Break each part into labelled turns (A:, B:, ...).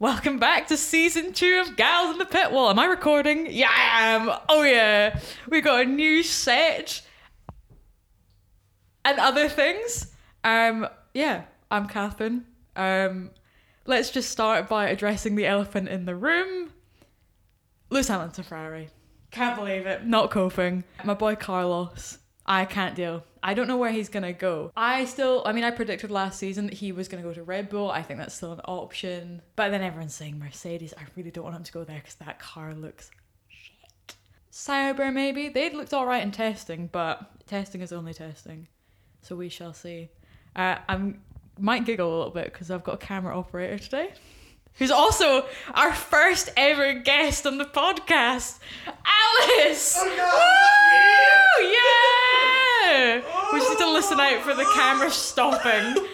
A: Welcome back to season two of Gals in the Pit Wall. Am I recording? Yeah, I am. Oh, yeah. We got a new set and other things. Um, yeah, I'm Catherine. Um, let's just start by addressing the elephant in the room. Lewis Hamilton Ferrari. Can't believe it. Not coping. My boy Carlos. I can't deal. I don't know where he's gonna go. I still, I mean, I predicted last season that he was gonna go to Red Bull. I think that's still an option. But then everyone's saying Mercedes. I really don't want him to go there because that car looks shit. Sauber maybe. They looked all right in testing, but testing is only testing. So we shall see. Uh, I'm might giggle a little bit because I've got a camera operator today who's also our first ever guest on the podcast, Alice.
B: Oh, no!
A: Woo! Yeah! We just need to listen out for the camera stopping.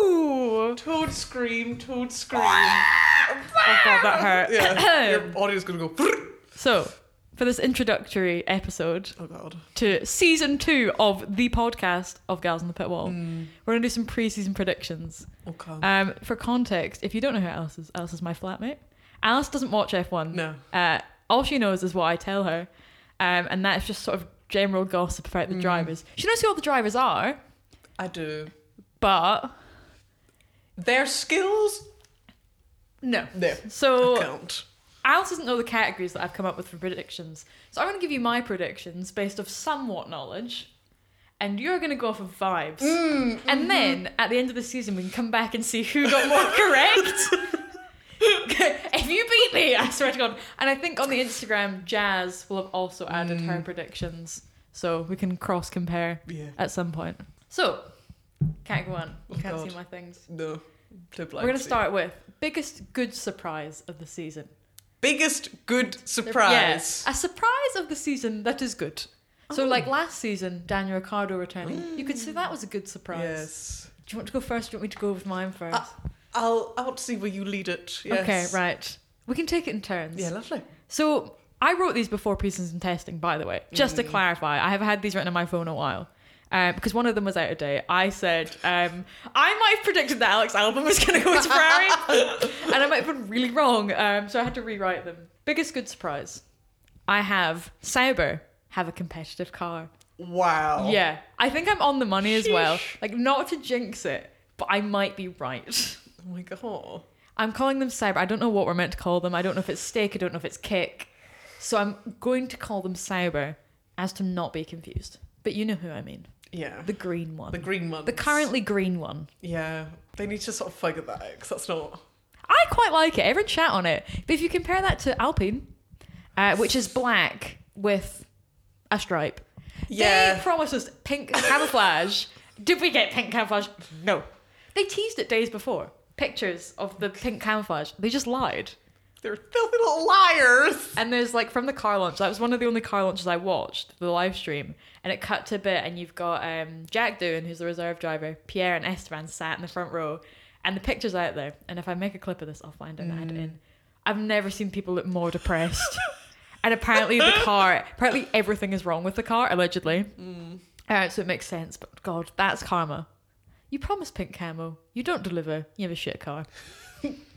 A: Woo!
B: Toad scream, toad scream.
A: Oh god, that hurt.
B: yeah, your audio's gonna go.
A: So, for this introductory episode
B: Oh god.
A: to season two of the podcast of Gals on the Pit Wall,
B: Hmm.
A: we're gonna do some pre-season predictions.
B: Okay.
A: Um, for context, if you don't know who Alice is, Alice is my flatmate. Alice doesn't watch F1.
B: No.
A: Uh, all she knows is what I tell her, um, and that's just sort of general gossip about the
B: Hmm.
A: drivers. She knows who all the drivers are,
B: I do.
A: but
B: Their skills
A: no.
B: No.
A: So
B: count.
A: Alice doesn't know the categories that I've come up with for predictions. So I'm going to give you my predictions based off somewhat knowledge, and you're going to go off of vibes.
B: Mm, mm-hmm.
A: And then at the end of the season, we can come back and see who got more correct. if you beat me, I swear to God. And I think on the Instagram, Jazz will have also added
B: Mm.
A: her predictions, so we can cross compare
B: Yeah.
A: at some point. So, category one.
B: Oh,
A: Can't
B: God.
A: see my things.
B: No. Too blind
A: We're going to
B: to see.
A: start with biggest good surprise of the season.
B: Biggest good surprise. Oh.
A: Yeah, a surprise of the season that is good. So, like last season, Daniel Ricciardo returning, you could say that was a good surprise.
B: Yes.
A: Do you want to go first? Or do you want me to go with mine first?
B: I'll. I want to see where you lead it. Yes.
A: Okay, right. We can take it in turns.
B: Yeah, lovely.
A: So, I wrote these before pieces and testing, by the way, just to clarify. I have had these written on my phone a while. Um, because one of them was out of date. I said, um, I might have predicted that Alex Albon was going to go to Ferrari. and I might have been really wrong. Um, so I had to rewrite them. Biggest good surprise. I have Sauber have a competitive car.
B: Wow.
A: Yeah. I think I'm on the money as well.
B: Oh. Sheesh.
A: Like, not to jinx it, but I might be right.
B: Oh my god.
A: I'm calling them cyber. I don't know what we're meant to call them. I don't know if it's steak. I don't know if it's kick. So I'm going to call them cyber as to not be confused. But you know who I mean.
B: Yeah.
A: The green one.
B: The green one.
A: The currently green one.
B: Yeah. They need to sort of figure that out because that's not.
A: I quite like it. Everyone chat on it. But if you compare that to Alpine, uh, which is black with a stripe, they
B: Yeah.
A: promised us pink camouflage. Did we get pink camouflage? No. They teased it days before. Pictures of the pink camouflage. They just lied.
B: They're filthy little liars.
A: And there's like from the car launch, that was one of the only car launches I watched, the live stream. And it cut to a bit, and you've got um, Jack Doohan, who's the reserve driver, Pierre and Esteban sat in the front row, and the picture's out there. And if I make a clip of this, I'll find it and add it in. I've never seen people look more depressed. and apparently, the car, apparently, everything is wrong with the car, allegedly. Uh, so it makes sense, but God, that's karma. You promise pink camo, you don't deliver, you have a shit car.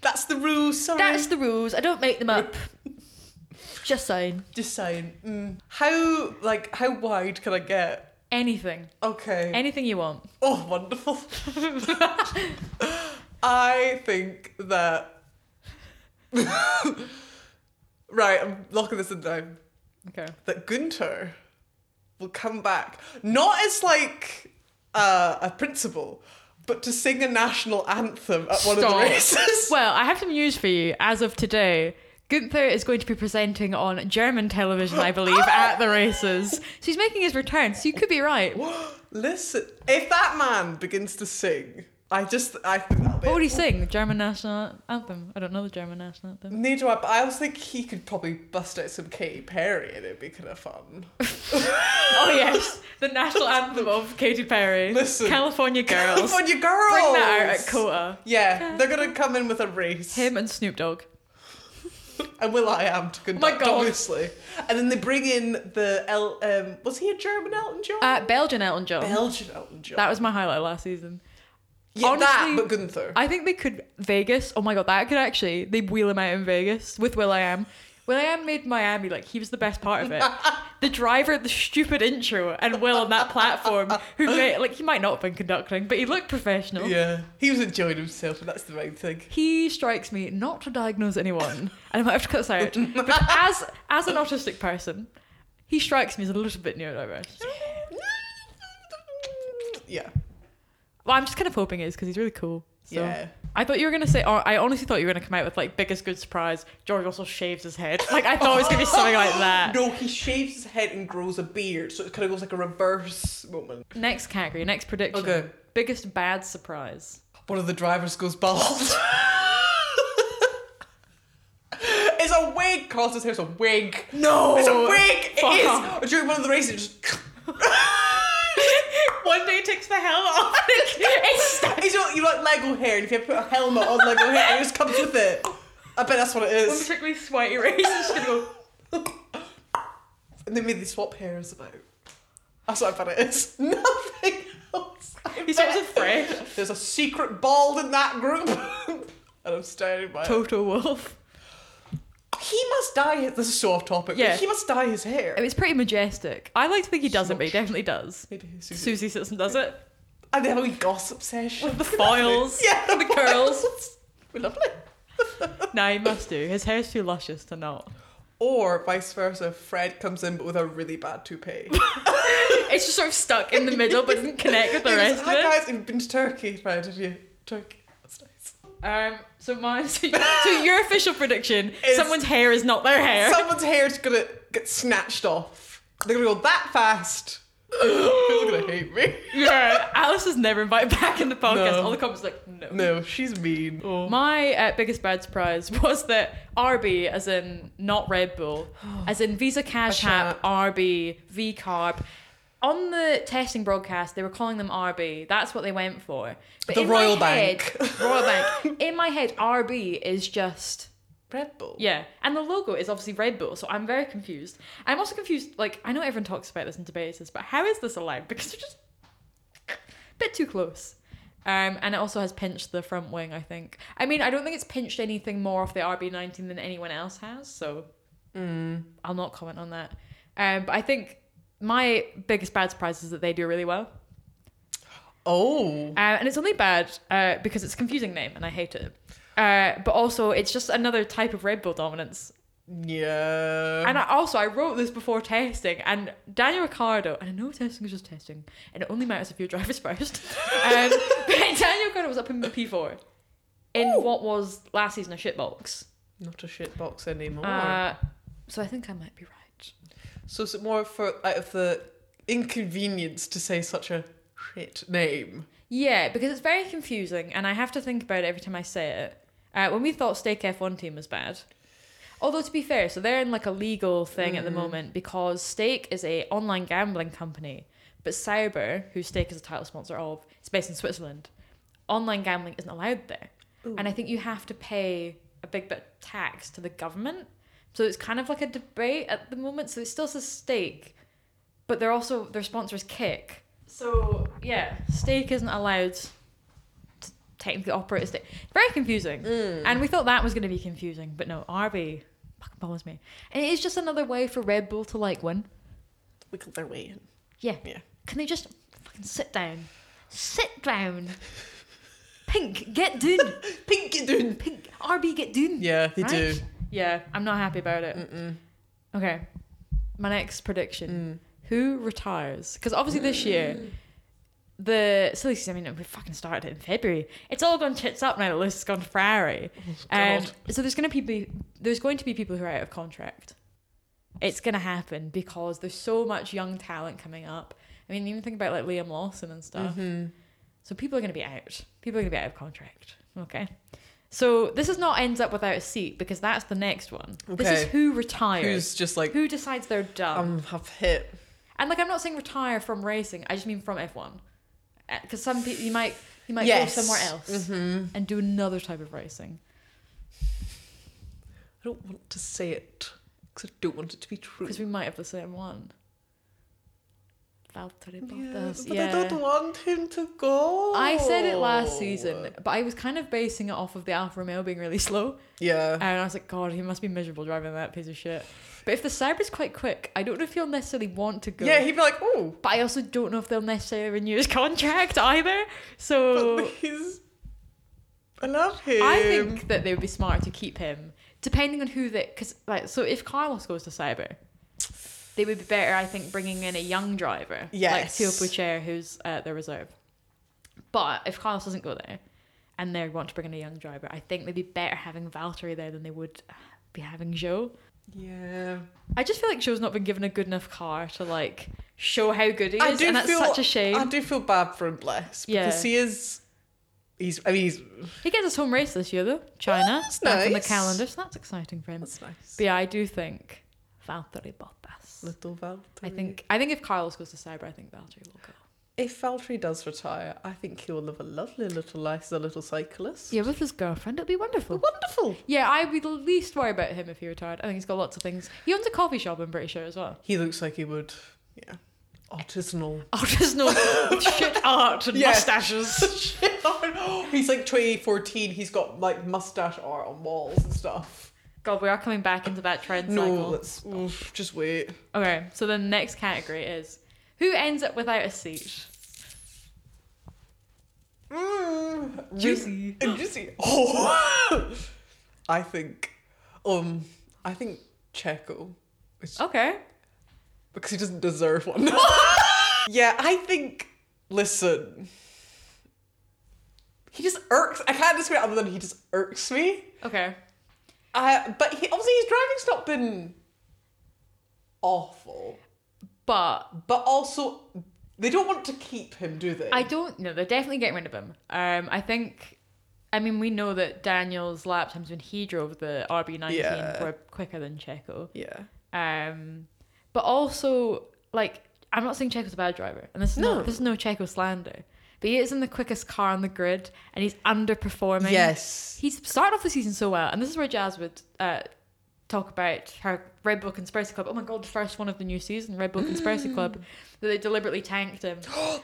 B: That's the rule. Sorry.
A: That's the rules, I don't make them up. Just saying.
B: Just saying, mm, how like how wide can I get?
A: Anything.
B: Okay.
A: Anything you want.
B: oh, wonderful. I think that. right, I'm locking this in down.
A: Okay.
B: That Gunter will come back, not as like uh, a principal, but to sing a national anthem at one of
A: Stop.
B: the races.
A: Well, I have some news for you. As of today, Gunther is going to be presenting on German television, I believe,
B: Ah!
A: at the races. So he's making his return, so you could be right. What
B: Listen, if that man begins to sing, I just I think that'll be.
A: would he
B: it.
A: sing? The German national anthem. I don't know the German national anthem.
B: Neither do I, but I also think he could probably bust out some Katy Perry and it'd be kind of fun.
A: Oh yes, the national anthem of Katy Perry.
B: Listen.
A: California Girls.
B: California girls!
A: Bring that out at Coda.
B: Yeah, they're gonna come in with a race.
A: Him and Snoop Dogg.
B: And Will I Am to conduct,
A: Oh My God.
B: obviously. And then they bring in the El. Um, was he a German Elton John?
A: Um, Uh, Belgian Elton John.
B: Belgian Elton John.
A: that was my highlight last season.
B: Yeah, that,
A: Honestly,
B: but Gunther.
A: I think they could Vegas. Oh my god, that could actually they wheel him out in Vegas with Will I Am. Will I Am made Miami like he was the best part of it. the driver, the stupid intro, and Will on that platform who made, like he might not have been conducting, but he looked professional.
B: yeah, he was enjoying himself, and that's the main thing.
A: He strikes me not to diagnose anyone, and I might have to cut this out. But as as an autistic person, he strikes me as a little bit neurodiverse.
B: Yeah,
A: Well, I'm just kind of hoping it is because he's really cool. So.
B: yeah.
A: I thought you were gonna say. oh, I honestly thought you were gonna come out with like biggest good surprise. George Russell shaves his head. Like I thought it was Oh, gonna be something like that.
B: No, he shaves his head and grows a beard, so it kind of goes like a reverse moment.
A: Next category. Next prediction.
B: Okay.
A: Biggest bad surprise.
B: One of the drivers goes bald. it's a wig. Carlton's hair's a wig.
A: No.
B: It's a wig.
A: fuck
B: It
A: off.
B: is. During one of the races, it just.
A: One day he takes the helmet off. and it's- it's
B: It's not, you like Lego hair, and if you put a helmet on Lego hair, it just comes with it. I bet that's what it
A: one
B: is.
A: particularly sweaty race. It's just gonna go.
B: And they made they swap hairs about. That's what I bet it is. Nothing else. I
A: He's
B: bet.
A: always afraid.
B: There's a secret bald in that group. and I'm staring by it.
A: Total Wolf.
B: He must dye his this is so off topic,
A: Yeah.
B: but he must dye his hair.
A: It was pretty majestic. I like to think he doesn't, but he definitely does.
B: Maybe he's Susie.
A: Susie sits and does it
B: And they have a wee gossip session.
A: with the foils.
B: yeah,
A: the curls.
B: foils. We're lovely.
A: No, he must do. His hair's too luscious to not.
B: Or vice versa, Fred comes in but with a really bad toupee.
A: It's just sort of stuck in the middle, but doesn't connect with the
B: He goes,
A: rest of
B: Hi
A: it.
B: guys, you've been to Turkey, Fred, have you? Turkey. That's nice.
A: Um, so mine, so, so your official prediction:
B: Is-
A: someone's hair is not their hair.
B: Someone's hair's gonna get snatched off. They're gonna go that fast. People are gonna hate me.
A: yeah, Alice is never invited back in the podcast.
B: No.
A: All the comments are like no.
B: No, she's mean.
A: My uh, biggest bad surprise was that RB, as in not Red Bull, as in Visa Cash
B: Cash
A: App, RB, V Carb. On the testing broadcast, they were calling them RB. That's what they went for. But
B: The
A: in
B: Royal
A: my head-
B: Bank.
A: Royal Bank. In my head, RB is just
B: Red Bull.
A: Yeah, and the logo is obviously Red Bull, so I'm very confused. I'm also confused. Like, I know everyone talks about this and debates this, but how is this allowed? Because they're just a bit too close. Um, and it also has pinched the front wing. I think. I mean, I don't think it's pinched anything more off the RB19 than anyone else has. So I'll not comment on that. Um, but I think my biggest bad surprise is that they do really well.
B: Oh.
A: Uh, and it's only bad uh, because it's a confusing name and I hate it. Uh, but also, it's just another type of Red Bull dominance.
B: Yeah.
A: And I, also, I wrote this before testing, and Daniel Ricciardo, and I know testing is just testing, and it only matters if your driver's first. Um, but Daniel Ricciardo was up in the P4 in what was last season a shitbox.
B: Not a shitbox anymore.
A: Uh, so I think I might be right.
B: so is it more for out of the inconvenience to say such a shit name?
A: Yeah, because it's very confusing, and I have to think about it every time I say it. Uh, when we thought Stake F1 team was bad, although to be fair, so they're in like a legal thing at the moment because Stake is a online gambling company, but Cyber, who Stake is a title sponsor of, is based in Switzerland. Online gambling isn't allowed there, and I think you have to pay a big bit of tax to the government. So it's kind of like a debate at the moment. So it still says Stake, but they're also their sponsors Kick. So yeah, Stake isn't allowed to technically operate as Stake. Very confusing.
B: Mm.
A: And we thought that was going to be confusing, but no, RB fucking bothers me. And it is just another way for Red Bull to like win.
B: Wiggle their way in.
A: Yeah.
B: Yeah.
A: Can they just fucking sit down? Sit down. Pink, get doon.
B: Pinky Doon.
A: Pink, RB, get doon.
B: Yeah, they do.
A: Right? Yeah, I'm not happy about it.
B: Mm-mm.
A: Okay. My next prediction.
B: Mm.
A: Who retires? Because obviously this year, the silly season, I mean, we fucking started it in February. It's all gone tits up now that Lewis has gone to Ferrari. Um,
B: God.
A: so there's going to be there's going to be people who are out of contract. It's going to happen because there's so much young talent coming up. I mean, even think about like Liam Lawson and stuff.
B: Mm-hmm.
A: So people are going to be out. People are going to be out of contract. Okay. So this is not ends up without a seat because that's the next one. This is
B: Okay.
A: who retires.
B: Who's just like
A: Who decides they're done?
B: um have hit.
A: and like, I'm not saying retire from racing. I just mean from F1, because some people you might you might
B: Yes.
A: go
B: Mm-hmm.
A: somewhere else and do another type of racing.
B: I don't want to say it because I don't want it to be true.
A: Because we might have the same one. Valtteri
B: Yeah,
A: Bottas.
B: but
A: yeah.
B: I don't Oh. want him to go.
A: I said it last season, but I was kind of basing it off of the Alfa Romeo being really slow.
B: Yeah.
A: And I was like, God, he must be miserable driving that piece of shit. But if the Cyber's quite quick, I don't know if he'll necessarily want to go.
B: Yeah, he'd be like, oh,
A: But I also don't know if they'll necessarily renew his contract either.
B: but
A: So
B: he's. I love him.
A: Oh. I think that they would be smart to keep him, depending on who they. Because like, so if Carlos goes to Cyber, they would be better, I think, bringing in a young driver like
B: Yes.
A: Teo Pucher, who's at the reserve. But if Carlos doesn't go there, and they want to bring in a young driver, I think they'd be better having Valtteri there than they would be having Joe.
B: Yeah.
A: I just feel like Joe's not been given a good enough car to like show how good he is,
B: I do
A: and that's
B: feel-
A: such a shame.
B: I do feel bad for him, bless, because
A: Yeah.
B: he is. He's. I mean, he's.
A: He gets his home race this year though, China.
B: that's
A: That's on the
B: Oh, nice.
A: calendar, so that's exciting for him.
B: That's nice.
A: But yeah, I do think Valtteri Bottas.
B: Little Valtteri.
A: I think I think if Carlos goes to Cyber, I think Valtteri will go.
B: if Valtteri does retire, I think he will live a lovely little life as a little cyclist.
A: Yeah, with his girlfriend, it'll be wonderful.
B: Wonderful.
A: Yeah, I would least worry about him if he retired. I think he's got lots of things. He owns a coffee shop, I'm pretty sure as well.
B: He looks like he would. Yeah. Artisanal.
A: Oh, just no shit art and
B: Yeah.
A: mustaches.
B: he's like 2014. He's got like mustache art on walls and stuff.
A: God, we are coming back into that trend
B: No,
A: cycle.
B: let's oof, just wait.
A: Okay, so the next category is who ends up without a seat.
B: Mm,
A: Juicy.
B: really- juicy. Oh, I think, um, I think Checo is
A: Okay.
B: because he doesn't deserve one. yeah, I think. Listen, he just irks. I can't describe it other than he just irks me.
A: Okay.
B: Uh, but he obviously his driving's not been awful,
A: But
B: but also they don't want to keep him, do they?
A: I don't know. They're definitely getting rid of him. Um, I think. I mean, we know that Daniel's lap times when he drove the RB19
B: Yeah.
A: were quicker than Checo.
B: yeah.
A: Um, but also, like, I'm not saying Checo's a bad driver, and this is no,
B: No.
A: this is no Checo slander. But he is in the quickest car on the grid, and he's underperforming.
B: Yes.
A: he's started off the season so well, and this is where Jazz would uh, talk about her Red Bull Conspiracy Club. Oh my god, the first one of the new season, Red Bull Conspiracy Club, that they deliberately tanked him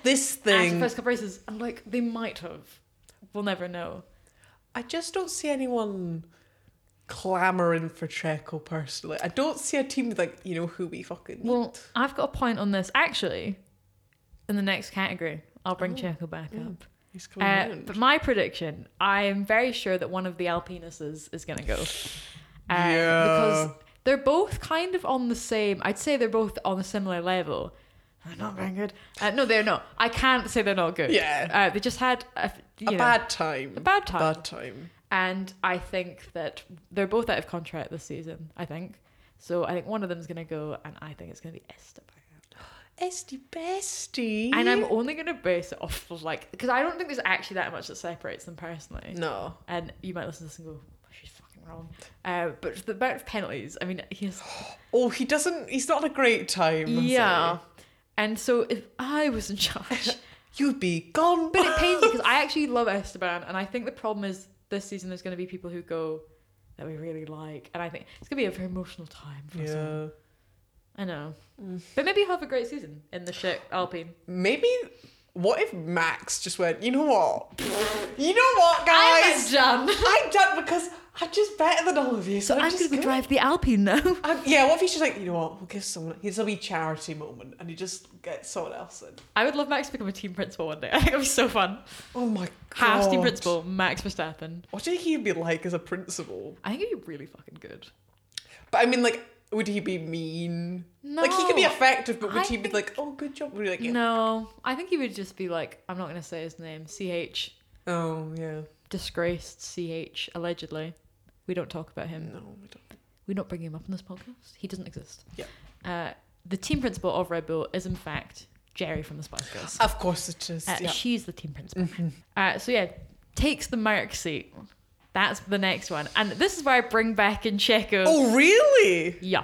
B: this
A: after the
B: thing.
A: first couple races. I'm like, they might have. We'll never know.
B: I just don't see anyone clamoring for Checo personally. I don't see a team with like you know who we fucking need.
A: Well, I've got a point on this actually. In the next category, I'll bring Checo back up.
B: He's coming
A: Uh,
B: round.
A: but my prediction, I am very sure that one of the Alpinises is going to go. Uh,
B: Yeah.
A: Because they're both kind of on the same, I'd say they're both on a similar level. They're not very good. Uh, no, they're not. I can't say they're not good.
B: Yeah.
A: Uh, they just had a, f- you
B: a
A: know,
B: bad time.
A: a bad time.
B: Bad time.
A: And I think that they're both out of contract this season, I think. So I think one of them's going to go, and I think it's going to be Esteban.
B: Esty bestie.
A: And I'm only going to base it off of like, because I don't think there's actually that much that separates them personally.
B: no.
A: and you might listen to this and go, "Oh, she's fucking wrong. Uh, but the amount of penalties, I mean, he's
B: Oh, he doesn't. He's not a great time. is he?
A: yeah. And so if I was in charge,
B: You'd be gone.
A: but it pains me because I actually love Esteban, and I think the problem is this season there's going to be people who go that we really like, and I think it's going to be a very emotional time for us. all.
B: Yeah.
A: I know,
B: Mm.
A: but maybe he'll have a great season in the shit Alpine.
B: Maybe. What if Max just went? You know what? you know what,
A: I'm
B: guys?
A: done.
B: I'm done because I'm just better than all of you. So,
A: So I'm
B: just
A: going to
B: gonna-
A: drive the Alpine now.
B: I'm- yeah, what if he's just like, you know what, we'll give someone, he's a wee charity moment and he just gets someone else in.
A: I would love Max to become a team principal one day. I think it'd be so fun.
B: Oh my god.
A: Half team principal, Max Verstappen.
B: What do you think he'd be like as a principal?
A: I think it'd be really fucking good.
B: But I mean, like, would he be mean?
A: No.
B: Like, he could be effective, but would
A: I
B: he be
A: think-
B: like, oh, good job? Would he like, yeah.
A: No, I think he would just be like, I'm not going to say his name. CH,
B: Oh, yeah.
A: disgraced CH, allegedly. We don't talk about him.
B: No, we don't.
A: We don't bring him up in this podcast. He doesn't exist.
B: Yeah.
A: Uh, the team principal of Red Bull is, in fact, Jerry from the Spice Girls.
B: Of course it is.
A: Uh,
B: yeah. Mm-hmm.
A: She's the team principal. Uh, so, yeah, takes the Merck seat. That's the next one. And this is where I bring back in Checo.
B: Oh, really?
A: Yeah.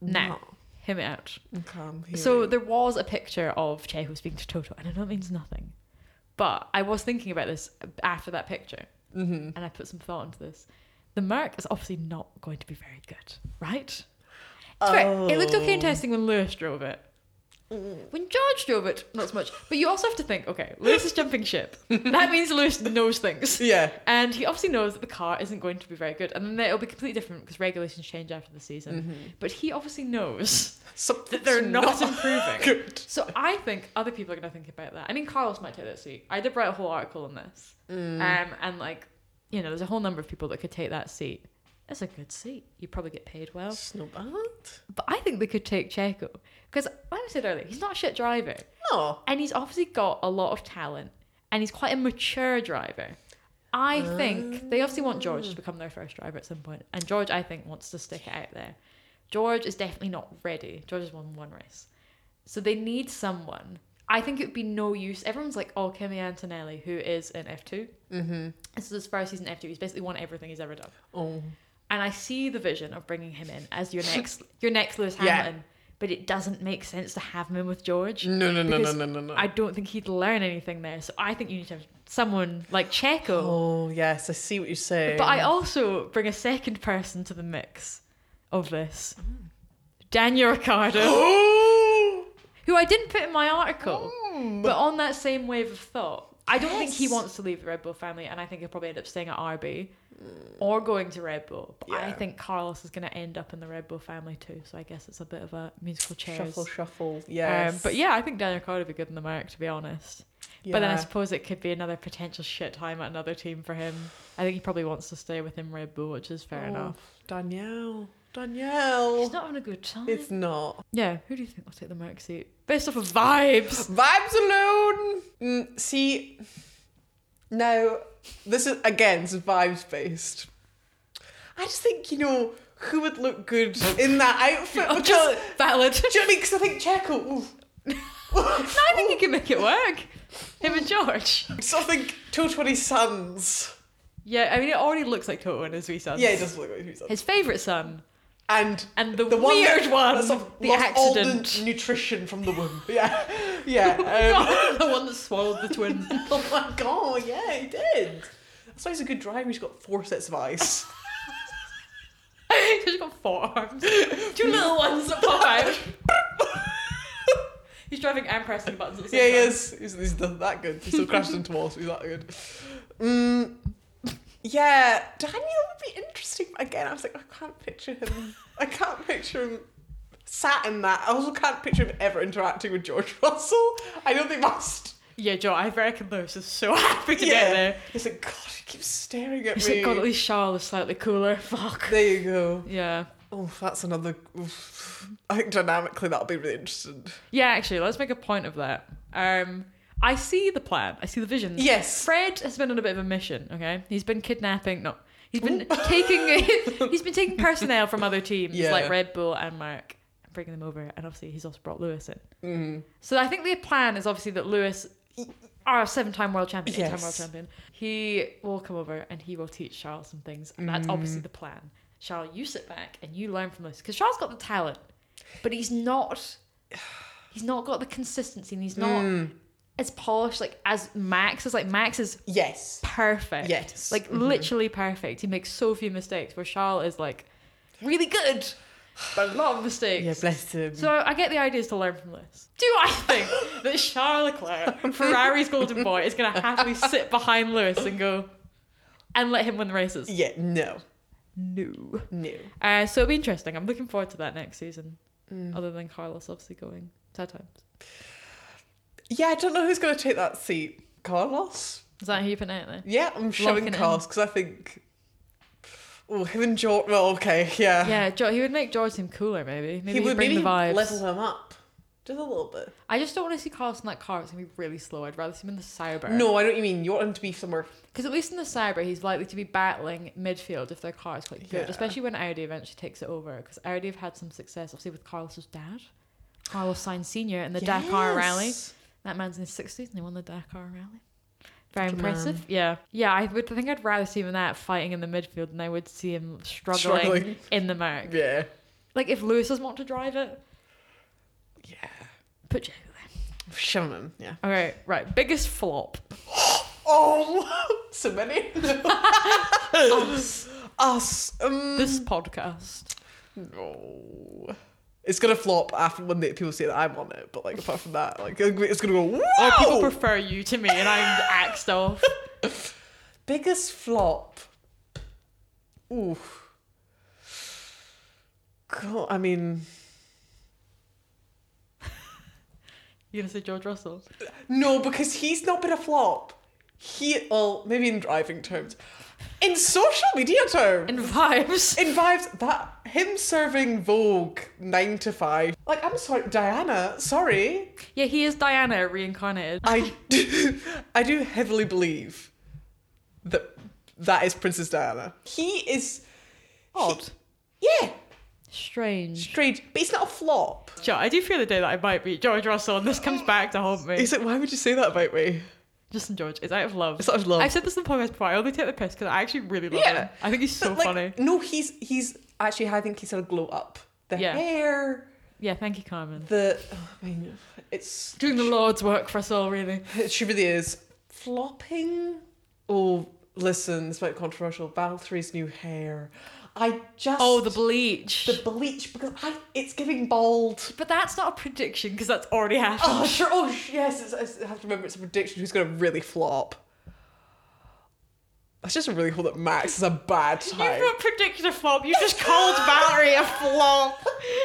A: Now,
B: No.
A: him out.
B: Come here.
A: So there was a picture of Checo speaking to Toto, and I know it means nothing, but I was thinking about this after that picture, and I put some thought into this. The Merc is obviously not going to be very good, right? It's fair. It looked okay and
B: Oh.
A: testing when Lewis drove it, When George drove it, not so much. But you also have to think, okay, Lewis is jumping ship. That means Lewis knows things.
B: Yeah.
A: And he obviously knows that the car isn't going to be very good. And then it'll be completely different because regulations change after the season. But he obviously knows
B: Something
A: Mm-hmm. that they're not, improving.
B: good.
A: So I think other people are going to think about that. I mean, Carlos might take that seat. I did write a whole article on this. Um, and, like, you know, there's a whole number of people that could take that seat. It's a good seat. You probably get paid well.
B: It's not bad.
A: But I think they could take Checo. Because, like I said earlier, he's not a shit driver.
B: No.
A: And he's obviously got a lot of talent. And he's quite a mature driver. I think they obviously want George to become their first driver at some point, And George, I think, wants to stick it out there. George is definitely not ready. George has won one race. So they need someone. I think it would be no use. Everyone's like, oh, Kimi Antonelli, who is in F2. Mm-hmm. This is his first season in F2. He's basically won everything he's ever done
B: Oh.
A: and I see the vision of bringing him in as your next your next Lewis
B: Yeah.
A: Hamilton, but it doesn't make sense to have him in with George.
B: No, no, no, no,
A: because
B: no, no, no.
A: I don't think he'd learn anything there. So I think you need to have someone like Checo.
B: Oh yes, I see what you're saying.
A: But I also bring a second person to the mix of this. Daniel Ricciardo,
B: Hmm. Oh.
A: who I didn't put in my article, but on that same wave of thought, I don't think he
B: Yes.
A: wants to leave the Red Bull family, and I think he'll probably end up staying at RB or going to Red Bull. But I
B: Yeah.
A: think Carlos is going to end up in the Red Bull family too, so I guess it's a bit of a musical chairs.
B: Shuffle, shuffle.
A: Um,
B: Yes.
A: but yeah, I think Daniel Ricciardo would be good in the Merc, to be honest. But then I
B: Yeah.
A: suppose it could be another potential shit time at another team for him. I think he probably wants to stay within Red Bull, which is fair
B: Oh,
A: enough.
B: Danielle.
A: He's
B: Danielle.
A: not having a good time.
B: It's not.
A: Yeah, who do you think will take the Merc seat? Based off of vibes.
B: Vibes alone. Mm, see, now this is again this is vibes based. I just think you know who would look good in that outfit.
A: Oh,
B: because,
A: just valid.
B: do you know what I mean? 'Cause I think Checo. Ooh.
A: No, I think he can make it work. Him and George.
B: So I think 220 Sons.
A: Yeah, I mean, it already looks like Toto and his wee sons.
B: Yeah, he does look like who's
A: His favourite son.
B: And
A: And the,
B: the one
A: weird
B: that,
A: one.
B: that's sort of
A: the
B: lost all the
A: accident.
B: nutrition from the womb. Yeah, yeah. Um,
A: the one that swallowed the twin.
B: oh my god, yeah, he did. That's why he's a good driver. He's got four sets of eyes.
A: He's got four arms. Two little ones that pop out. He's driving and pressing buttons at the same
B: yeah, he
A: time.
B: is. He's, he's done that good. He still crashed into walls. He's that good. Mm, yeah, Daniel would be interesting. Again, I was like, I can't picture him. I can't picture him sat in that. I also can't picture him ever interacting with George Russell. I know they must.
A: Yeah, Joe, I reckon Lewis is so happy to
B: yeah.
A: get there.
B: He's like, God, he keeps staring at
A: He's
B: me.
A: like, God, oh, at least Charles is slightly cooler. Fuck.
B: there you go.
A: Yeah.
B: Oh, that's another. oof. I think dynamically that'll be really interesting.
A: Yeah, actually, let's make a point of that. Um, I see the plan. I see the vision.
B: Yes.
A: Fred has been on a bit of a mission. Okay, he's been kidnapping. No, he's been taking. he's been taking personnel from other teams
B: Yeah.
A: like Red Bull and Mark and bringing them over. And obviously, he's also brought Lewis in.
B: Mm.
A: So I think the plan is obviously that Lewis, our seven-time world champion, eight-time world
B: Yes.
A: champion, he will come over and he will teach Charles some things, and that's obviously
B: Mm.
A: the plan. Charles, you sit back and you learn from Lewis because Charles got the talent, but he's not. He's not got the consistency, and he's not
B: Mm.
A: as polished like as Max is. Like Max is
B: Yes.
A: perfect.
B: Yes. Mm-hmm.
A: Like literally perfect. He makes so few mistakes where Charles is like really good, but a lot of mistakes.
B: Yeah, bless him.
A: So I get the ideas to learn from this. Do I think that Charles Leclerc, Ferrari's golden boy, is going to happily sit behind Lewis and go and let him win the races?
B: yeah, no,
A: No.
B: no.
A: Uh, so it'll be interesting. I'm looking forward to that next season.
B: Mm.
A: Other than Carlos obviously going sad times.
B: Yeah, I don't know who's going to take that seat. Carlos?
A: Is that who you put out there?
B: Yeah, I'm shoving
A: it in.
B: Carlos because I think. Oh, him and George. Well, okay, yeah.
A: Yeah, jo- he would make George seem cooler, maybe. Maybe
B: he would
A: bring
B: maybe
A: the vibes.
B: level him up just a little bit.
A: I just don't want to see Carlos in that car. It's gonna be really slow. I'd rather see him in the Cyber.
B: No, I know what you mean. You want him to be somewhere.
A: Because at least in the cyber, he's likely to be battling midfield if their car is quite good,
B: Yeah.
A: especially when Audi eventually takes it over. Because Audi have had some success, obviously, with Carlos's dad, Carlos Sainz Sr. in the Dakar Rally.
B: Yes.
A: That man's in his 60s and he won the Dakar Rally. Very
B: Good
A: impressive.
B: man.
A: Yeah. Yeah, I would I think I'd rather see him in that fighting in the midfield than I would see him struggling,
B: Struggling.
A: in the mark.
B: Yeah.
A: Like, if Lewis doesn't want to drive it,
B: Yeah.
A: put Jack there.
B: Shoving him, yeah.
A: All right, right. Biggest flop.
B: Oh, so many.
A: Us.
B: Us. Um,
A: Mm. This podcast.
B: No. It's gonna flop after when they, people say that I'm on it, but like apart from that, like it's gonna go. Whoa!
A: Oh, people prefer you to me, and I'm axed off.
B: Biggest flop. Ooh. God, I mean,
A: You're gonna say George Russell?
B: no, because he's not been a flop. He, well, maybe in driving terms, in social media terms.
A: And vibes.
B: In vibes, that him serving Vogue nine to five. Like, I'm sorry, Diana. Sorry,
A: Yeah, he is Diana reincarnated.
B: I, I do heavily believe that that is Princess Diana. He is
A: Odd.
B: he- yeah,
A: Strange.
B: strange, but it's not a flop.
A: Sure, I do feel the day that I might be George Russell, and this comes back to haunt me.
B: Is it? Why would you say that about me?
A: Justin George is out of love.
B: It's out of love.
A: I've said this in the podcast before. I only take the piss because I actually really love
B: Yeah.
A: him. I think he's so
B: But, like,
A: funny.
B: No, he's he's actually. I think he's had a glow up. The
A: Yeah.
B: hair,
A: Yeah, thank you, Carmen.
B: the. Oh, I mean, it's
A: Doing the Lord's work for us all, really.
B: She really is. Flopping? Oh, listen, this might be controversial. Valtteri's new hair. I just.
A: Oh, the bleach.
B: the bleach, because I, it's giving bald.
A: But that's not a prediction because that's already happened.
B: Oh, sure. Oh, sh- yes. It's, it's- I have to remember it's a prediction who's going to really flop. That's just a really hold up Max is a bad
A: You've
B: time.
A: not predicted a flop. You just called Valerie a flop.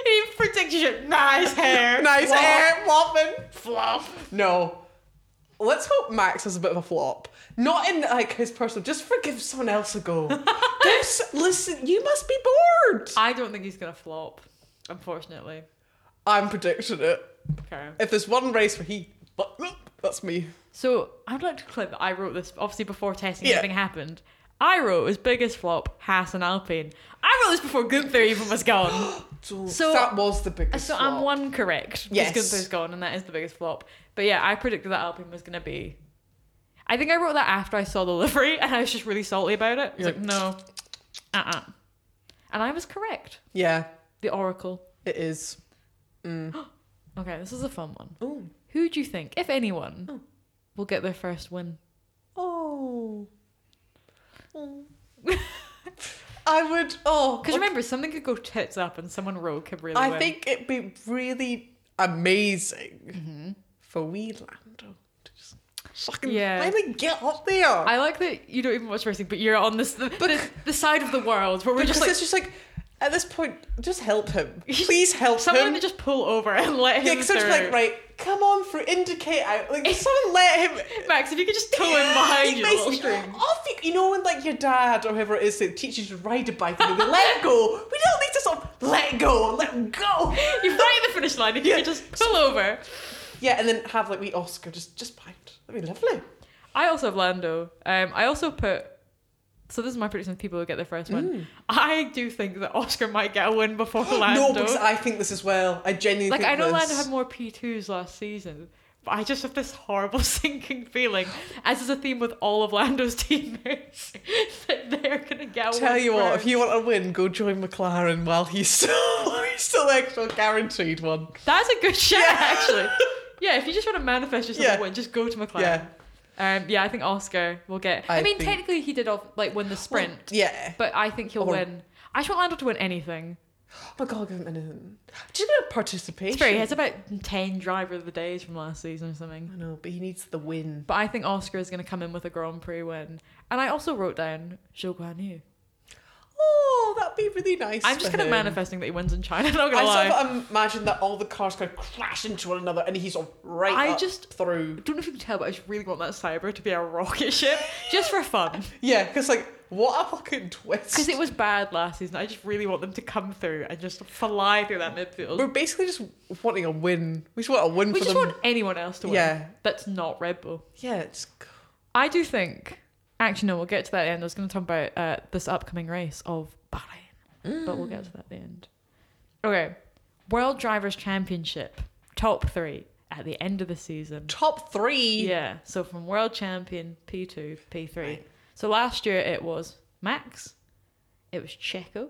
A: You predicted it. Nice hair.
B: nice
A: flop,
B: hair, flopping.
A: Flop.
B: No. Let's hope Max is a bit of a flop. Not in like his personal. Just forgive someone else a go. Give s- listen, you must be bored.
A: I don't think he's gonna flop. Unfortunately.
B: I'm predicting it.
A: Okay.
B: If there's one race where he fucked up, that's me.
A: So I'd like to claim that I wrote this obviously before testing
B: Yeah.
A: anything happened. I wrote his biggest flop, Haas and Alpine. I wrote this before Gunther even was gone.
B: So,
A: So-
B: that was the biggest.
A: so I'm
B: flop.
A: one correct.
B: Yes.
A: Because Gunther's gone and that is the biggest flop. But yeah, I predicted that Alpine was gonna be I think I wrote that after I saw the livery and I was just really salty about it. I was
B: You're
A: like, no. Uh uh And I was correct.
B: Yeah,
A: The Oracle.
B: it is.
A: Okay, this is a fun one.
B: Oh.
A: Who do you think, if anyone,
B: Oh.
A: will get their first win?
B: Oh. I would. Oh.
A: Because remember, something could go tits up and someone rogue could really
B: I
A: win.
B: think it'd be really amazing for we Lando to just fucking
A: Yeah.
B: finally get up there.
A: I like that you don't even watch racing, but you're on this the, the, the side of the world where we're
B: because
A: just like
B: it's just like at this point, just help him. Please help
A: someone
B: him.
A: to just pull over and let
B: yeah,
A: him.
B: because I'm just
A: through.
B: like, right, come on through, indicate out. Like, someone let him.
A: Max, if you could just tow in behind
B: He
A: you, little
B: basically-
A: string.
B: off you- you know when like your dad or whoever it is that teaches you to ride a bike and they go, let it go. We don't need to sort of let it go, let him go.
A: You're right at the finish line. If you
B: Yeah.
A: could just pull over.
B: Yeah, and then have like we Oscar just just behind. That'd be lovely.
A: I also have Lando. Um, I also put. So this is my prediction of people who get their first win. I do think that Oscar might get a win before Lando.
B: Mm. Oh, No, because I think this as well. I genuinely
A: Like
B: think
A: I know
B: this.
A: Lando had more P2s last season, but I just have this horrible sinking feeling, as is a theme with all of Lando's teammates, that they're gonna get
B: Tell
A: one
B: you what, if
A: first.
B: you want a win, go join McLaren while he's still he's still extra guaranteed one.
A: That's a good shout, actually. Yeah, if you just want to manifest yourself
B: Yeah.
A: a win, just go to McLaren.
B: Yeah.
A: Um, yeah, I think Oscar will get. I,
B: I
A: mean,
B: think-
A: technically he did off, like win the sprint,
B: Yeah.
A: but I think he'll
B: Or-
A: win. I just want Lando to win anything.
B: Oh my god, give him anything. Just a bit of participation.
A: It's very. It's about ten driver of the days from last season or something.
B: I know, but he needs the win.
A: But I think Oscar is going to come in with a Grand Prix win. And I also wrote down Zhou Guan Yu.
B: Oh, that'd be really nice.
A: I'm just
B: for
A: kind of
B: him.
A: manifesting that he wins in China. Not
B: I
A: gonna lie.
B: sort of imagine that all the cars kind of crash into one another, and he's sort of right
A: I
B: up
A: just-
B: through.
A: don't know if you can tell, but I just really want that cyber to be a rocket ship just for fun.
B: Yeah, because like what a fucking
A: Because
B: twist!
A: it was bad last season. I just really want them to come through and just fly through that midfield.
B: We're basically just wanting a win. We just want a win
A: we
B: for
A: just
B: them.
A: want anyone else to win.
B: yeah,
A: That's not Red Bull.
B: yeah. It's
A: I do think. Actually, no, we'll get to that end. I was going to talk about uh, this upcoming race of Bahrain, but we'll get to that at the end. Okay. World Drivers Championship, top three at the end of the season.
B: top three.
A: Yeah, so from world champion P2, P3.
B: Right.
A: So last year it was Max, it was Checo,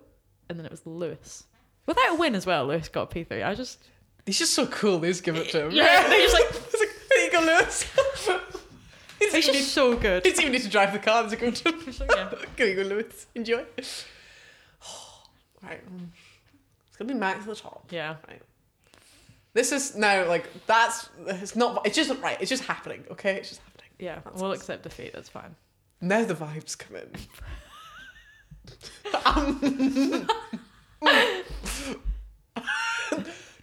A: and then it was Lewis. Without a win as well, Lewis got P3. I just.
B: He's just so cool. They just give it to him.
A: Yeah, they're just like,
B: it's like there you go, Lewis. he doesn't
A: he's
B: even need-
A: just so
B: he
A: good.
B: doesn't even need to drive the car. There's a good to him.
A: Yeah.
B: There you go, Lewis. Enjoy. right. mm. It's gonna be Max at the top.
A: Yeah.
B: This is now like that's it's not it's just right. It's just happening. Okay, it's just happening.
A: Yeah.
B: That's
A: we'll
B: awesome.
A: accept defeat. That's fine.
B: Now the vibes come in. Um,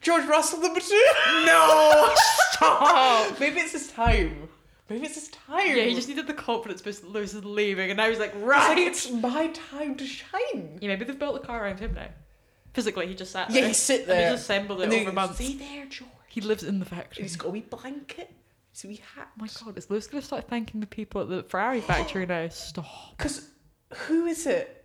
B: George Russell number two. No, stop. Maybe it's his time. Maybe it's his time.
A: Yeah, he just needed the confidence boost that Lewis is leaving, and now he's like,
B: It's like,
A: right.
B: it's my time to shine.
A: Yeah, maybe they've built the car around him now. Physically, he just sat there.
B: Yeah, he sit
A: And
B: there.
A: he just assembled it
B: And then
A: over
B: he-
A: months.
B: See there, George.
A: He lives in the factory.
B: He's got a wee blanket. His wee hat.
A: Oh my god, is Lewis going to start thanking the people at the Ferrari factory now? Stop.
B: Because who is it?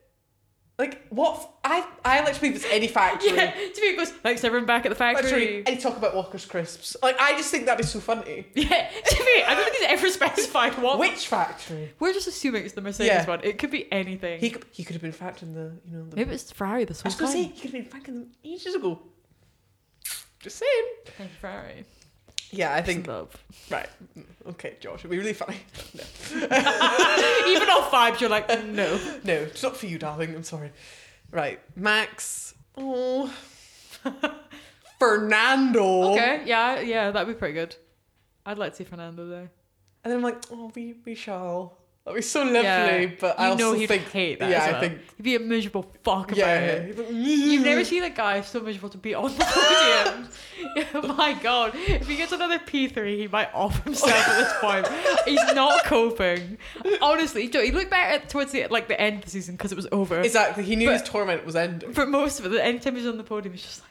B: Like what? f- I I like to believe it's any factory.
A: Yeah, to me it goes, thanks everyone back at the factory.
B: Factory. Any talk about Walker's crisps? Like I just think that'd be so funny.
A: Yeah, to me, I don't think he's ever specified what.
B: Which factory?
A: We're just assuming it's the Mercedes
B: Yeah.
A: one. It could be anything.
B: He could, he could have been factoring the you know. The,
A: Maybe it's Ferrari this whole
B: I was gonna say
A: time.
B: he could have been factoring them ages ago. Just saying.
A: Thank Ferrari.
B: Yeah, I think
A: Love.
B: right. Mm, Okay, Josh, it'd be really funny. No,
A: Even off vibes, you're like, no.
B: no, it's not for you, darling. I'm sorry. Right, Max. Oh, Fernando.
A: Okay, yeah, yeah, that'd be pretty good. I'd like to see Fernando there.
B: And then I'm like, oh, we, we shall. That'd be so lovely, but
A: you
B: I
A: know
B: also
A: he'd
B: think,
A: hate that.
B: yeah,
A: as
B: I
A: well.
B: think,
A: he'd be a miserable fuck about
B: yeah.
A: it.
B: You've
A: You've never seen a guy so miserable to be on the podium. oh my god. If he gets another P3, he might off himself at this point. He's not coping. Honestly, Joe, he looked back at, towards the like the end of the season because it was over.
B: exactly. He knew
A: But-
B: his torment was ending.
A: but most of it, anytime he's on the podium, he's just like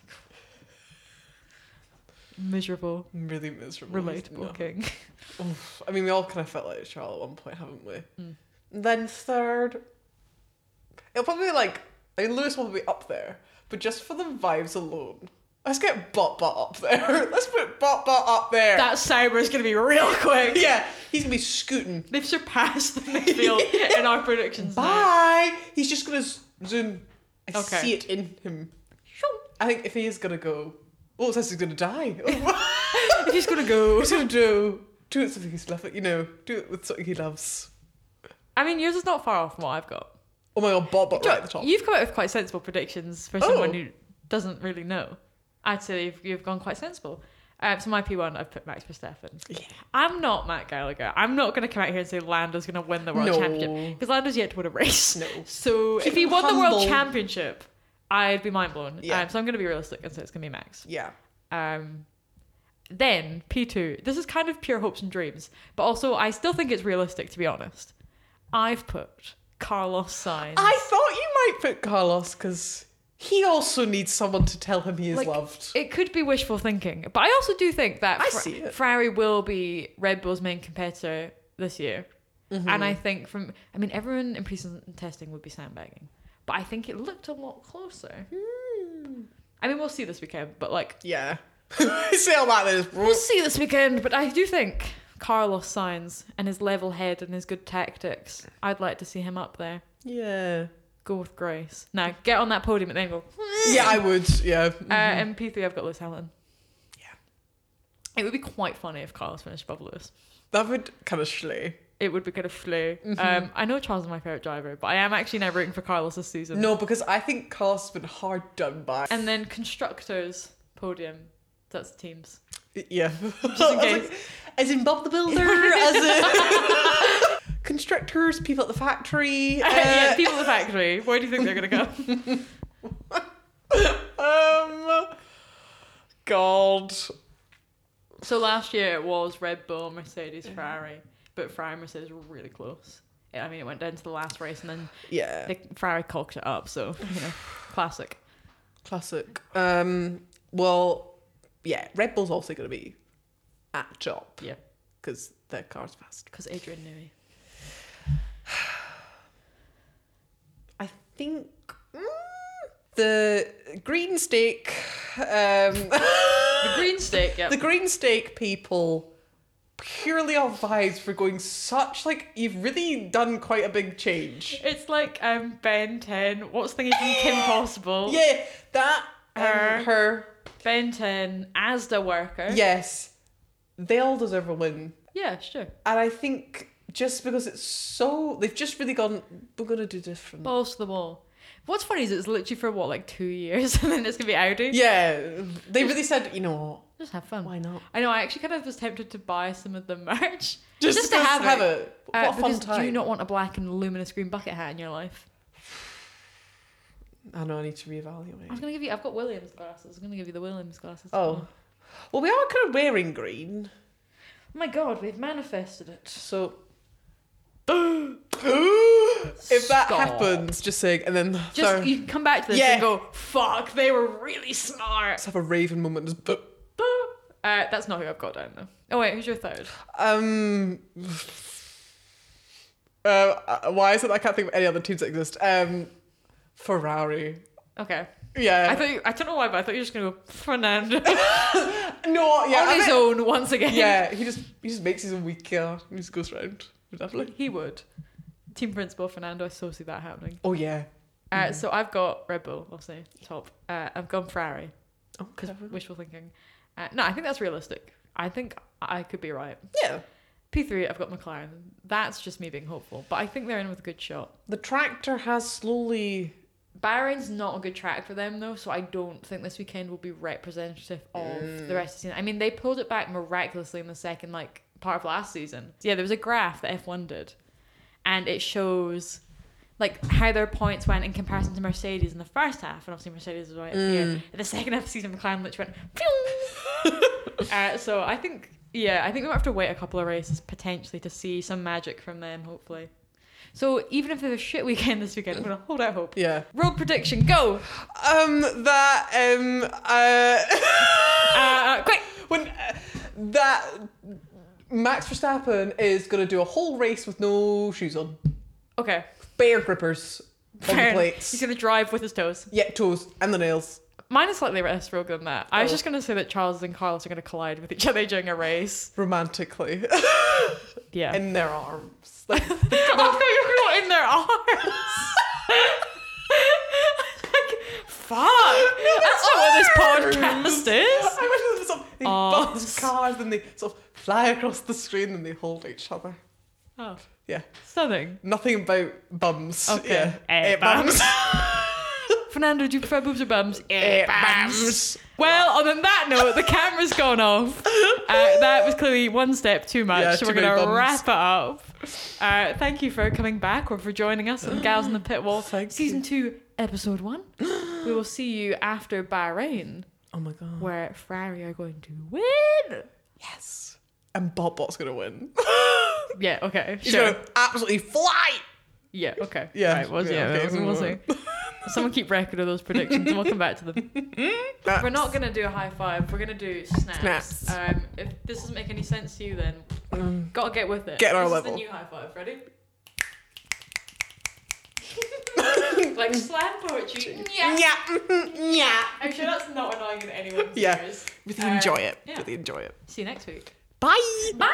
A: miserable,
B: Really miserable.
A: relatable
B: No.
A: king.
B: Oof. I mean, we all kind of felt like Charlotte at one point, haven't we?
A: Mm.
B: Then third, it'll probably be like I mean, Lewis will be up there, but just for the vibes alone, let's get Bot Bot up there. let's put Bot Bot up there.
A: That cyber is going to be real quick.
B: yeah, he's gonna be scooting.
A: They've surpassed the midfield in our predictions. now.
B: Bye. He's just gonna z- zoom. I
A: Okay.
B: see it in him. I think if he is gonna go, well, it says he's gonna die.
A: If he's going to go.
B: What's he gonna do? Do it something he's loving, you know. Do it with something he loves.
A: I mean, yours is not far off from what I've got.
B: Oh my god, Bob, Bob
A: Jo-
B: right at the top.
A: You've come out with quite sensible predictions for
B: Oh.
A: someone who doesn't really know. I'd say you've, you've gone quite sensible. Um, so my P1, I've put Max Verstappen.
B: Yeah.
A: I'm not Matt Gallagher. I'm not going to come out here and say Lando's going to win the World
B: No.
A: Championship because Lando's yet to win a race.
B: No.
A: So
B: Keep
A: if he
B: him
A: won the World
B: humble.
A: Championship, I'd be mind blown.
B: Yeah.
A: Um, so I'm going to be realistic and say it's going to be Max.
B: Yeah.
A: Um, then P2. This is kind of pure hopes and dreams, but also I still think it's realistic to be honest. I've put Carlos Sainz.
B: I thought you might put Carlos because he also needs someone to tell him he is
A: Like,
B: loved.
A: It could be wishful thinking, but I also do think that
B: I
A: Fer-
B: see it.
A: Ferrari will be Red Bull's main competitor this year,
B: Mm-hmm.
A: and I think from I mean everyone in pre-season testing would be sandbagging, but I think it looked a lot closer.
B: Hmm.
A: I mean, we'll see this weekend, but like
B: yeah. Say all that then.
A: we'll
B: it's-
A: see this weekend. But I do think Carlos Sainz and his level head and his good tactics. I'd like to see him up there.
B: Yeah.
A: Go with grace. Now get on that podium and then go.
B: Yeah, I would. Yeah.
A: Uh, and P3, I've got Lewis Hamilton.
B: Mm-hmm. Yeah.
A: It would be quite funny if Carlos finished above Lewis.
B: That would kind of slay.
A: It would be kind of flu.
B: Mm-hmm.
A: Um, I know Charles is my favourite driver, but I am actually now rooting for Carlos this season.
B: No, because I think Carlos has been hard done by.
A: And then constructors podium. That's the teams.
B: Yeah.
A: Just in
B: I was
A: case.
B: like, as in Bob the Builder, as in constructors, people at the factory.
A: yeah,
B: uh,
A: people at the factory. Where do you think they're gonna go?
B: um, God.
A: so last year it was Red Bull, Mercedes, Ferrari, but Ferrari and Mercedes were really close. Yeah, I mean, it went down to the last race, and then
B: Yeah.
A: they, Ferrari cocked it up. So you know, classic.
B: Classic. Um, well, yeah, Red Bull's also going to be at top
A: Yeah,
B: because their car's fast.
A: because Adrian Newey.
B: I think mm, the green steak, um, the,
A: The green stick. Yeah.
B: green steak people, purely on vibes for going such like you've really done quite a big change.
A: It's like um, Ben 10. What's the thingy from Kim Possible?
B: Yeah, that um,
A: Her.
B: her
A: Ben 10, Asda worker.
B: yes, they all deserve a win.
A: Yeah, sure.
B: And I think just because it's so, they've just really gone, we're going to do different.
A: Balls to the wall. What's funny is it's literally for what like two years, and then it's gonna be Audi.
B: Yeah, they really said, you know,
A: Just have fun.
B: why not?
A: I know. I actually kind of was tempted to buy some of the merch
B: Just, to have,
A: it.
B: it.
A: Uh,
B: What a fun
A: because
B: time.
A: do you not want a black and luminous green bucket hat in your life?
B: I know I need to
A: I was
B: reevaluate.
A: gonna give you. I've got Williams glasses. I was gonna give you the Williams glasses.
B: Oh. Well, we are kind of wearing green,
A: my god, we've manifested it.
B: so. if that
A: Stop.
B: happens, just saying, and then
A: Just
B: so,
A: you can come back to this
B: Yeah.
A: and go, fuck, they were really smart.
B: let's have a raven moment. Just,
A: Uh, that's not who I've got down though. Oh wait, who's your third?
B: Um. Uh, why is it? I can't think of any other teams that exist. Um, Ferrari.
A: Okay, I
B: Yeah.
A: thought you, I don't know why, but I thought you were just gonna go Fernando
B: no. Yeah.
A: on
B: I
A: his
B: bet-
A: own once again.
B: Yeah. He just he just makes his own week. Yeah. He just goes round. Definitely.
A: he would. Team principal Fernando, I so see that happening.
B: Oh yeah.
A: Uh,
B: Mhm.
A: So I've got Red Bull, obviously top. Uh, I've gone Ferrari
B: Oh,
A: because
B: clever.
A: wishful thinking. Uh, no, I think that's realistic. I think I could be right.
B: yeah.
A: P3, I've got McLaren. That's just me being hopeful, but I think they're in with a good shot.
B: The tractor has slowly.
A: Bahrain's not a good track for them though, so I don't think this weekend will be representative of the rest of the season. I mean, they pulled it back miraculously in the second like part of last season. Yeah, there was a graph that F1 did, and it shows like how their points went in comparison to Mercedes in the first half, and obviously Mercedes was right up here. In the second half of the season, McLaren literally went. pew! uh, so I think yeah, I think we might have to wait a couple of races potentially to see some magic from them, hopefully. So even if they have a shit weekend this weekend, I'm gonna hold out hope.
B: Yeah.
A: Rogue prediction, go!
B: Um. That. Um. Uh.
A: Uh, quick!
B: when uh, that Max Verstappen is going to do a whole race with no shoes on,
A: Okay.
B: bare grippers on
A: Fair
B: the
A: enough. He's
B: plates,
A: gonna drive with his toes.
B: yeah, toes and the nails.
A: Mine is slightly less rogue than that. I was
B: Oh.
A: just gonna say that Charles and Carlos are gonna collide with each other during a race.
B: Romantically,
A: Yeah.
B: in their arms. Like,
A: I thought you were in their arms. like, fuck! That's not what this podcast is.
B: I wish there was some. They
A: Arms.
B: butt these cars, then they sort of fly across the screen, and they hold each other.
A: Oh,
B: Yeah,
A: stunning.
B: nothing about bums.
A: Okay.
B: Yeah,
A: Eh,
B: Eh,
A: bums. Fernando, do you prefer boobs or bums?
B: Eh,
A: Eh,
B: bums.
A: Well, on that note, the camera's gone off. Uh, that was clearly one step too much,
B: Yeah,
A: so
B: too
A: we're
B: many
A: going to
B: bums.
A: wrap it up. Uh, thank you for coming back or for joining us on Gals on the Pit Wall,
B: Thank
A: Season 2, Episode 1. We will see you after Bahrain,
B: Oh my god.
A: where Ferrari are going to win.
B: Yes. And Bob Bot's gonna win.
A: Yeah, okay.
B: He's
A: Sure.
B: gonna absolutely fly.
A: Yeah, okay.
B: Yeah,
A: Right, well, yeah,
B: yeah, okay,
A: we'll, we'll see. Someone keep record of those predictions and we'll come back to them.
B: Mm,
A: We're not gonna do a high five. We're gonna do snaps.
B: Snaps.
A: Um, if this doesn't make any sense to you, then gotta get with it.
B: Get on our
A: this
B: level.
A: Is the new high five. Ready? like slam poetry. Yeah.
B: Yeah, mhm, yeah.
A: I'm sure that's not annoying in anyone's
B: Yeah.
A: ears.
B: Really
A: Uh,
B: enjoy it.
A: yeah.
B: Really enjoy it.
A: See you next week.
B: Bye.
A: Bye.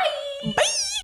B: Bye.